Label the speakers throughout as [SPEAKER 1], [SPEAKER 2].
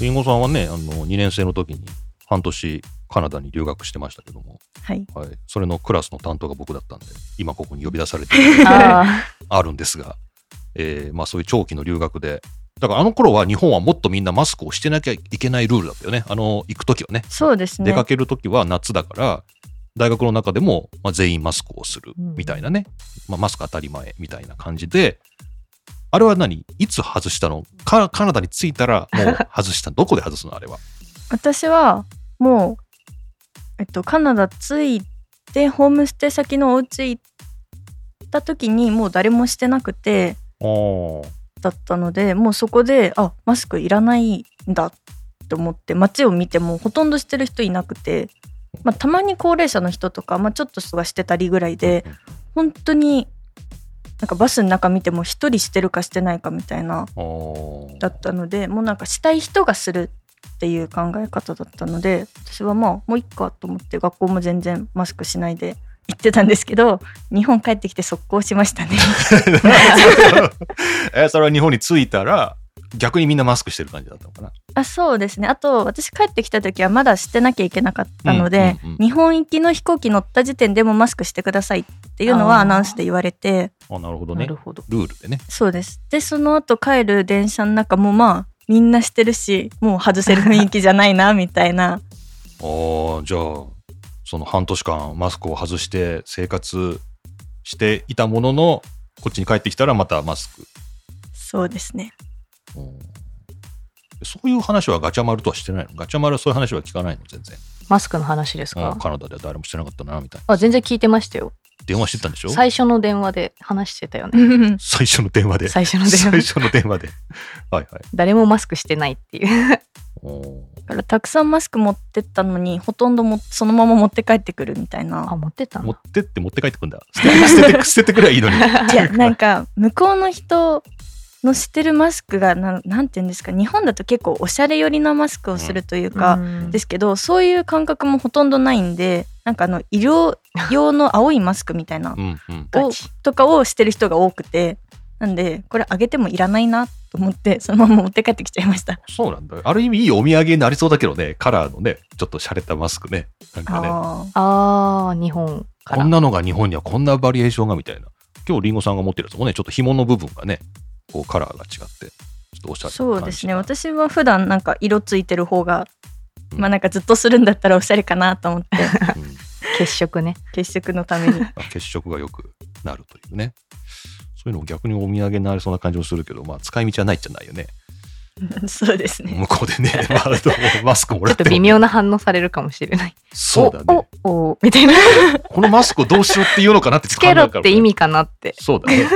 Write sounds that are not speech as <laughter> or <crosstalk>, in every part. [SPEAKER 1] りんごさんはね、あの、2年生の時に半年カナダに留学してましたけども、
[SPEAKER 2] はい。
[SPEAKER 1] はい、それのクラスの担当が僕だったんで、今ここに呼び出されて
[SPEAKER 3] <laughs>
[SPEAKER 2] あ
[SPEAKER 1] <laughs> あるんですが、えーまあそういう長期の留学で、だからあの頃は日本はもっとみんなマスクをしてなきゃいけないルールだったよね。あの、行く時はね、
[SPEAKER 2] ー <laughs> そうです
[SPEAKER 1] 出
[SPEAKER 2] ね
[SPEAKER 1] か。ける時は夏だから、大学の中でも、まあ、全員マスクをする
[SPEAKER 2] うん
[SPEAKER 1] みたいなね、まあ、マスク当たり前みたいな感じで、あれは何いつ外したのかカナダに着いたらもう外したどこで外すのあれは。
[SPEAKER 2] 私はもうえっとカナダ着いてホームステイ先のお家行った時にもう誰もしてなくてだったのでもうそこであマスクいらないんだと思って街を見てもほとんどしてる人いなくて、まあ、たまに高齢者の人とか、まあ、ちょっと人がしてたりぐらいで本当になんかバスの中見ても一人してるかしてないかみたいな
[SPEAKER 1] あー
[SPEAKER 2] だったのでもうなんかしたい人がするっていう考え方だったので私はまあもういっかと思って学校も全然マスクしないで行ってたんですけど日本帰ってきて速攻しました
[SPEAKER 1] <laughs>
[SPEAKER 2] ね
[SPEAKER 1] えそれは日本に着いたら逆にみんなマスクしてる感じだったのかな。
[SPEAKER 2] <laughs> あそうですねあと私帰ってきた時はまだしてなきゃいけなかったので、
[SPEAKER 1] うんうんうん
[SPEAKER 2] 日本行きの飛行機乗った時点でもマスクしてくださいっていうのは
[SPEAKER 3] あー
[SPEAKER 2] アナウンスで言われて
[SPEAKER 1] あなるほど
[SPEAKER 3] な
[SPEAKER 1] ね
[SPEAKER 3] る。ほど。
[SPEAKER 1] ルールでね。
[SPEAKER 2] そうですでその後帰る電車の中もまあみんなしてるしもう外せる雰囲気じゃないなみたい
[SPEAKER 1] あ
[SPEAKER 2] な
[SPEAKER 1] あじゃあその半年間マスクを外して生活していたもののこっちに帰ってきたらまたマスク。
[SPEAKER 2] そうです <laughs> ね
[SPEAKER 1] うんそういう話はガチャマルとはしてないのガチャマルはそういう話は聞かないの全然。
[SPEAKER 3] マスクの話です
[SPEAKER 1] う
[SPEAKER 3] か
[SPEAKER 1] ん、カナダでは誰もしてなかったなみたいな。
[SPEAKER 3] あ、全然聞いてましたよ。
[SPEAKER 1] 電話してたんでしょ
[SPEAKER 3] 最初の電話で話してたよね。
[SPEAKER 1] 最初の電話で。
[SPEAKER 3] 最初の電
[SPEAKER 1] 最
[SPEAKER 3] 話。
[SPEAKER 1] 初の電話で。はいはい。
[SPEAKER 3] 誰もマスクしてないっ
[SPEAKER 1] <laughs>
[SPEAKER 3] ていう。
[SPEAKER 1] お
[SPEAKER 2] だからたくさんマスク持ってったのにほとんどもそのまま持って帰ってくるみたい
[SPEAKER 3] あ、
[SPEAKER 2] な
[SPEAKER 3] 持ってたん
[SPEAKER 1] 持っ
[SPEAKER 3] だ。
[SPEAKER 1] てって持って帰ってくんだ。捨てて捨てて捨ててく <laughs> ればいい
[SPEAKER 3] <laughs>
[SPEAKER 1] のに。
[SPEAKER 2] いやなんか向こうの人のしてるマスクがなんなんて言うんですか日本だと結構おしゃれ寄りなマスクをするというか、
[SPEAKER 3] うん
[SPEAKER 2] ですけどそういう感覚もほとんどないんでなんかあの医療用の青いマスクみた
[SPEAKER 1] <laughs>
[SPEAKER 2] いな
[SPEAKER 1] うんうん。
[SPEAKER 3] ガ
[SPEAKER 2] を
[SPEAKER 3] チ
[SPEAKER 2] とかをしてる人が多くてなんでこれあげてもいらないなと思ってそのまま持って帰ってきちゃいました。
[SPEAKER 1] そうなんだ。ある意味いいお土産になりそうだけどね、カラーのね、ちょっと洒落たマスクね。なんかね、
[SPEAKER 2] あー
[SPEAKER 3] あー、日本か
[SPEAKER 1] こ
[SPEAKER 3] ら
[SPEAKER 1] ん。なのが日本にはこんなバリエーションがみたいな。今日リンゴさんが持ってるやつもね、ちょっと紐の部分がね、こうカラーが違って、ちょっとおしゃれな感じ
[SPEAKER 2] そうですね
[SPEAKER 1] が
[SPEAKER 2] 私は普段なんか色ついてる方が、
[SPEAKER 1] うん
[SPEAKER 2] まあなんかずっとするんだったらおしゃれかなと思って
[SPEAKER 1] <laughs> うん
[SPEAKER 3] 血色ね。
[SPEAKER 2] 血色のた
[SPEAKER 1] <laughs>
[SPEAKER 2] めに
[SPEAKER 1] あ血色が良くなるというね。そういうのも逆にお土産になりそうな感じもするけど、まあ使い道はないじゃないよね。
[SPEAKER 2] そうですね
[SPEAKER 1] 向こうでね、 <laughs> まあ、どうもマスクも
[SPEAKER 3] ちょ
[SPEAKER 1] ら
[SPEAKER 3] っ
[SPEAKER 1] っても
[SPEAKER 3] と
[SPEAKER 1] ね
[SPEAKER 3] 微妙な反応されるかもしれない。
[SPEAKER 1] そうだね。
[SPEAKER 3] お、お、お、みたいな。
[SPEAKER 1] このマスクをどうしようっていうのかなって
[SPEAKER 3] つけ
[SPEAKER 1] 考え
[SPEAKER 3] ろっ
[SPEAKER 1] るから
[SPEAKER 3] て
[SPEAKER 1] ね
[SPEAKER 3] 意味か
[SPEAKER 1] <laughs>
[SPEAKER 3] なって。
[SPEAKER 1] そうだ
[SPEAKER 2] <laughs>
[SPEAKER 1] ね。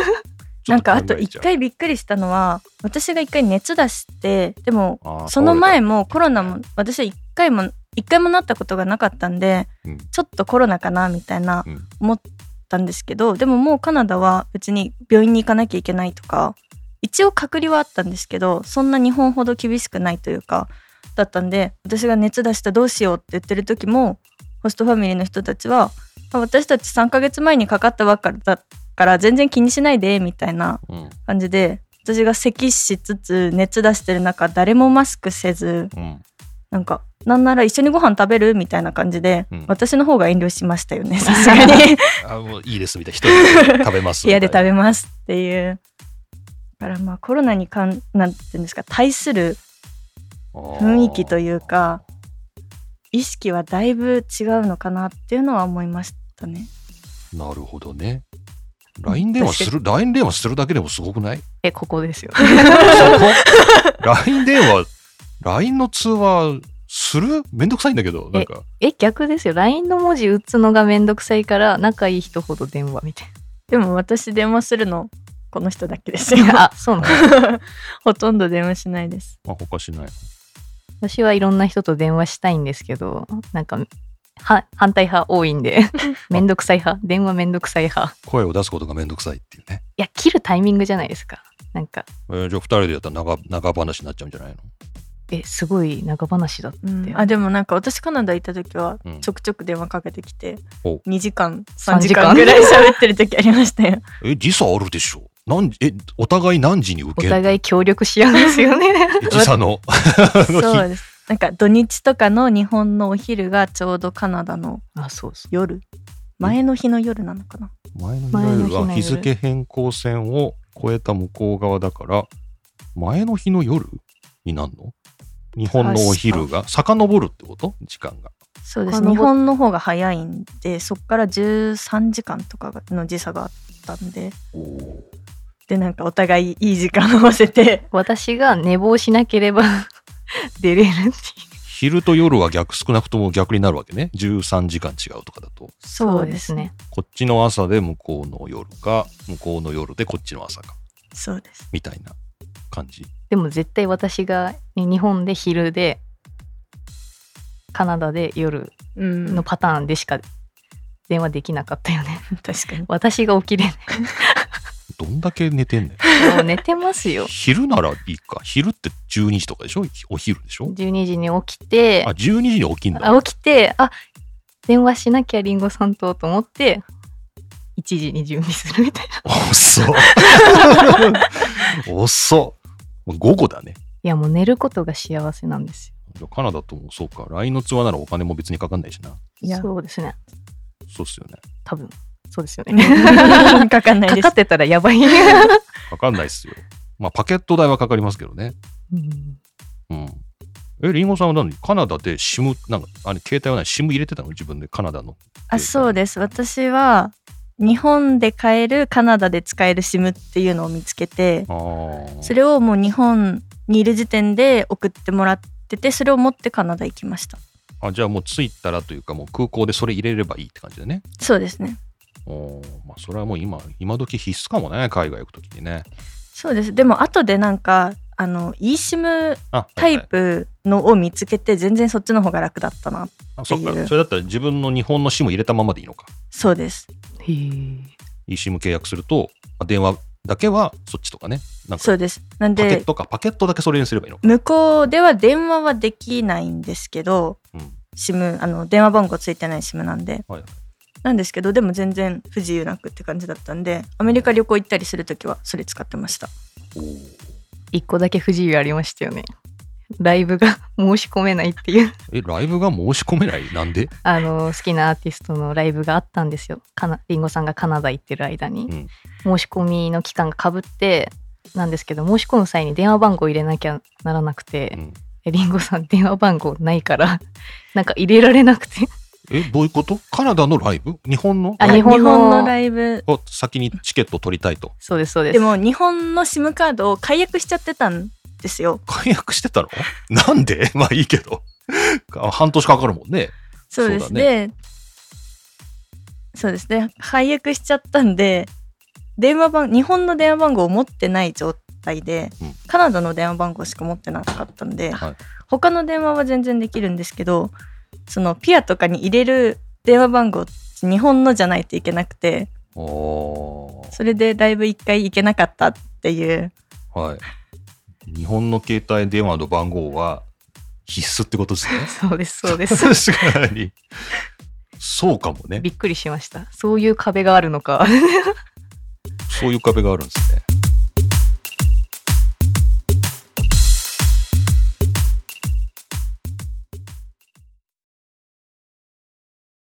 [SPEAKER 2] なんかあと一
[SPEAKER 1] 回
[SPEAKER 2] 回びっくりしたのは私が一回熱出してでも
[SPEAKER 1] あー
[SPEAKER 2] その前もコロナも私は一回も一回もなったことがなかったんで、
[SPEAKER 1] うん
[SPEAKER 2] ちょっとコロナかなみたいな
[SPEAKER 1] うん
[SPEAKER 2] 思ったんですけど、でももうカナダは別に病院に行かなきゃいけないとか一応隔離はあったんですけどそんな日本ほど厳しくないというかだったんで私が熱出したどうしようって言ってる時もホストファミリーの人たちはあ私たち3ヶ月前にかかったばっかだから全然気にしないでみたいな
[SPEAKER 1] うん
[SPEAKER 2] 感じで私が咳しつつ熱出してる中誰もマスクせず
[SPEAKER 1] うん
[SPEAKER 2] なんかなんなら一緒にご飯食べるみたいな感じで、
[SPEAKER 1] うん
[SPEAKER 2] 私の方が遠慮しましたよ
[SPEAKER 1] <laughs>
[SPEAKER 2] ねさすがに
[SPEAKER 1] あもういいですみたいな一人で
[SPEAKER 2] <laughs>
[SPEAKER 1] 食べます
[SPEAKER 2] 部
[SPEAKER 1] みた
[SPEAKER 2] 屋
[SPEAKER 1] い
[SPEAKER 2] で
[SPEAKER 1] な
[SPEAKER 2] 食べますっていうだからまあコロナにかんなんていうんですか対する雰囲気というか意識はだいぶ違うのかなっていうのは思いましたね
[SPEAKER 1] なるほどね LINE 電話する LINE 電話するだけでもすごくない
[SPEAKER 2] <laughs>
[SPEAKER 3] え、ここですよ。
[SPEAKER 1] そこ LINE 電話 LINE の通話するめんどくさいんだけどなんか
[SPEAKER 3] え、逆ですよ。LINE の文字打つのがめんどくさいから、仲いい人ほど電話みたい
[SPEAKER 2] でも私電話するのこの人だけですよ
[SPEAKER 1] <laughs>
[SPEAKER 3] な。あ、そうなの。
[SPEAKER 2] <laughs> ほとんど電話しないです
[SPEAKER 1] あ他しない
[SPEAKER 3] 私はいろんな人と電話したいんですけど、なんか、は反対派多いんで、めんどくさい派、電話めんどくさい派。
[SPEAKER 1] 声を出すことがめんどくさいっていうね、
[SPEAKER 3] いや、切るタイミングじゃないですか。なんか、
[SPEAKER 1] えーじゃあ2人でやったら長長話になっちゃうんじゃないの
[SPEAKER 3] え、すごい長話だった。
[SPEAKER 2] うんあでもなんか私カナダ行った時は
[SPEAKER 1] うん
[SPEAKER 2] ちょくちょく電話かけてきて、
[SPEAKER 1] お
[SPEAKER 2] 2時間3
[SPEAKER 3] 三
[SPEAKER 2] 時
[SPEAKER 3] 時
[SPEAKER 2] 間
[SPEAKER 3] 間
[SPEAKER 2] ぐらい喋ってる時ありましたよ
[SPEAKER 1] え時差あるでしょ何時えお互い何時に
[SPEAKER 3] お
[SPEAKER 1] 受ける
[SPEAKER 3] 互い協力し合うんですよね
[SPEAKER 1] 時差
[SPEAKER 2] <laughs>
[SPEAKER 1] の <laughs>
[SPEAKER 2] そ
[SPEAKER 1] あ
[SPEAKER 2] うですなんか土日とかの日本のお昼がちょうどカナダの
[SPEAKER 3] <laughs> あそうそう
[SPEAKER 2] 夜前の日の夜なのかな
[SPEAKER 1] の日前の
[SPEAKER 3] 前の
[SPEAKER 1] 日の
[SPEAKER 3] 日の
[SPEAKER 1] 夜
[SPEAKER 3] 夜
[SPEAKER 1] は日付変更線を越えた向こう側だから前の日の夜になんの日本のお昼が遡るってこと時間が
[SPEAKER 2] そうです
[SPEAKER 3] 他の
[SPEAKER 2] 日本の方が早いんでそっから13時間とかの時差があったんででなんかお互いいい時間を合わせて
[SPEAKER 3] 私が寝坊しなければ <laughs> 出れるっていう
[SPEAKER 1] 昼と夜は逆少なくとも逆になるわけね13時間違うとかだと
[SPEAKER 2] そう
[SPEAKER 1] こっちの朝で向こうの夜か向こうの夜でこっちの朝か
[SPEAKER 2] そうです
[SPEAKER 1] みたいな感じ
[SPEAKER 3] でも絶対私がね日本で昼でカナダで夜
[SPEAKER 2] うん
[SPEAKER 3] のパターンでしか電話できなかったよね <laughs>
[SPEAKER 2] 確かに
[SPEAKER 3] 私が起きれな
[SPEAKER 1] どんだけ寝てんねん
[SPEAKER 3] いもう寝てます
[SPEAKER 1] <laughs>
[SPEAKER 3] よ
[SPEAKER 1] 昼ならいいか昼って12時とかでしょお昼でしょ
[SPEAKER 3] 12時に起きて
[SPEAKER 1] あ12時に起きんだ
[SPEAKER 3] あ起きてあ電話しなきゃリンゴさんとと思って1時に準備するみたい
[SPEAKER 1] <laughs>
[SPEAKER 3] な
[SPEAKER 1] 遅っ遅っ午後だね
[SPEAKER 3] いやもう寝ることが幸せなんです
[SPEAKER 1] カナダともそうか LINE の通話ならお金も別にかかんないしない
[SPEAKER 2] や
[SPEAKER 3] よそうですね
[SPEAKER 1] そうっすよね
[SPEAKER 3] 多分そうですよ
[SPEAKER 1] <laughs>
[SPEAKER 3] ね
[SPEAKER 2] <laughs>
[SPEAKER 3] <laughs>
[SPEAKER 2] かかんない
[SPEAKER 3] か
[SPEAKER 2] です
[SPEAKER 3] かってたらやばい、
[SPEAKER 1] かかんないっすよまあパケット代はかかりますけどね
[SPEAKER 3] うん
[SPEAKER 1] うんえリンゴさんは何カナダで SIM なんかあれ携帯はない SIM 入れてたの自分でカナダの
[SPEAKER 2] あそうです私は日本で買えるカナダで使える SIM っていうのを見つけて
[SPEAKER 1] あー
[SPEAKER 2] それをもう日本にいる時点で送ってもらっててそれを持ってカナダ行きました
[SPEAKER 1] あじゃあもう着いたらというかもう空港でそれ入れればいいって感じだね
[SPEAKER 2] そうですね
[SPEAKER 1] おーまあそれはもう今今時必須かもね海外行く時にね
[SPEAKER 2] そうですでも後でなんかあの eSIM
[SPEAKER 1] あ
[SPEAKER 2] タ
[SPEAKER 1] はい
[SPEAKER 2] イ
[SPEAKER 1] はい
[SPEAKER 2] プのを見つけて全然そっちの方が楽だったな
[SPEAKER 1] あそっか
[SPEAKER 2] っていう
[SPEAKER 1] それだったら自分の日本の SIM 入れたままでいいのか
[SPEAKER 2] そうです
[SPEAKER 3] へえ
[SPEAKER 1] eSIM 契約すると、まあ電話だけはそっちとかねなん
[SPEAKER 2] そ
[SPEAKER 1] か
[SPEAKER 2] うですなん
[SPEAKER 1] パケ
[SPEAKER 2] で
[SPEAKER 1] ットかパケットだけそれにすればいいのか、
[SPEAKER 2] 向こうでは電話はできないんですけど
[SPEAKER 1] うん
[SPEAKER 2] SIM あの電話番号ついてない SIM なんで、
[SPEAKER 1] はい
[SPEAKER 2] なんですけどでも全然不自由なくって感じだったんでアメリカ旅行行ったりする時はそれ使ってました
[SPEAKER 3] 一個だけ不自由ありましたよねライブが申し込めないっていう
[SPEAKER 1] えライブが申し込めないなんで、
[SPEAKER 3] あの好きなアーティストのライブがあったんですよかなリンゴさんがカナダ行ってる間に、
[SPEAKER 1] うん
[SPEAKER 3] 申し込みの期間がかぶってなんですけど申し込む際に電話番号入れなきゃならなく
[SPEAKER 1] う
[SPEAKER 3] て、
[SPEAKER 1] ん
[SPEAKER 3] えリンゴさん電話番号ないから <laughs> なんか入れられなくて
[SPEAKER 1] えどういうことカナダのライブ日本の
[SPEAKER 3] あ
[SPEAKER 1] ライ
[SPEAKER 3] 日本の
[SPEAKER 2] ライブ
[SPEAKER 1] ブを先にチケット取りたいと
[SPEAKER 3] そうですそうです
[SPEAKER 2] でも日本の SIM カードを解約しちゃってたんですよ
[SPEAKER 1] 解約してたのなんで <laughs> まあいいけどあ半年かかるもんね
[SPEAKER 2] そうです
[SPEAKER 1] そうだ
[SPEAKER 2] ねそうですね解約しちゃったんで電話番日本の電話番号を持ってない状態で、
[SPEAKER 1] うん
[SPEAKER 2] カナダの電話番号しか持ってなかったんで、
[SPEAKER 1] はい
[SPEAKER 2] 他の電話は全然できるんですけどそのピアとかに入れる電話番号日本のじゃないといけなくて
[SPEAKER 1] おー
[SPEAKER 2] それでライブ1回行けなかったっていう
[SPEAKER 1] はい日本の携帯電話の番号は必須ってことですね
[SPEAKER 3] そうですそうで
[SPEAKER 1] <laughs>
[SPEAKER 3] す
[SPEAKER 1] 確かにそうかもね
[SPEAKER 3] びっくりしましたそういう壁があるのか
[SPEAKER 1] そういう壁があるんです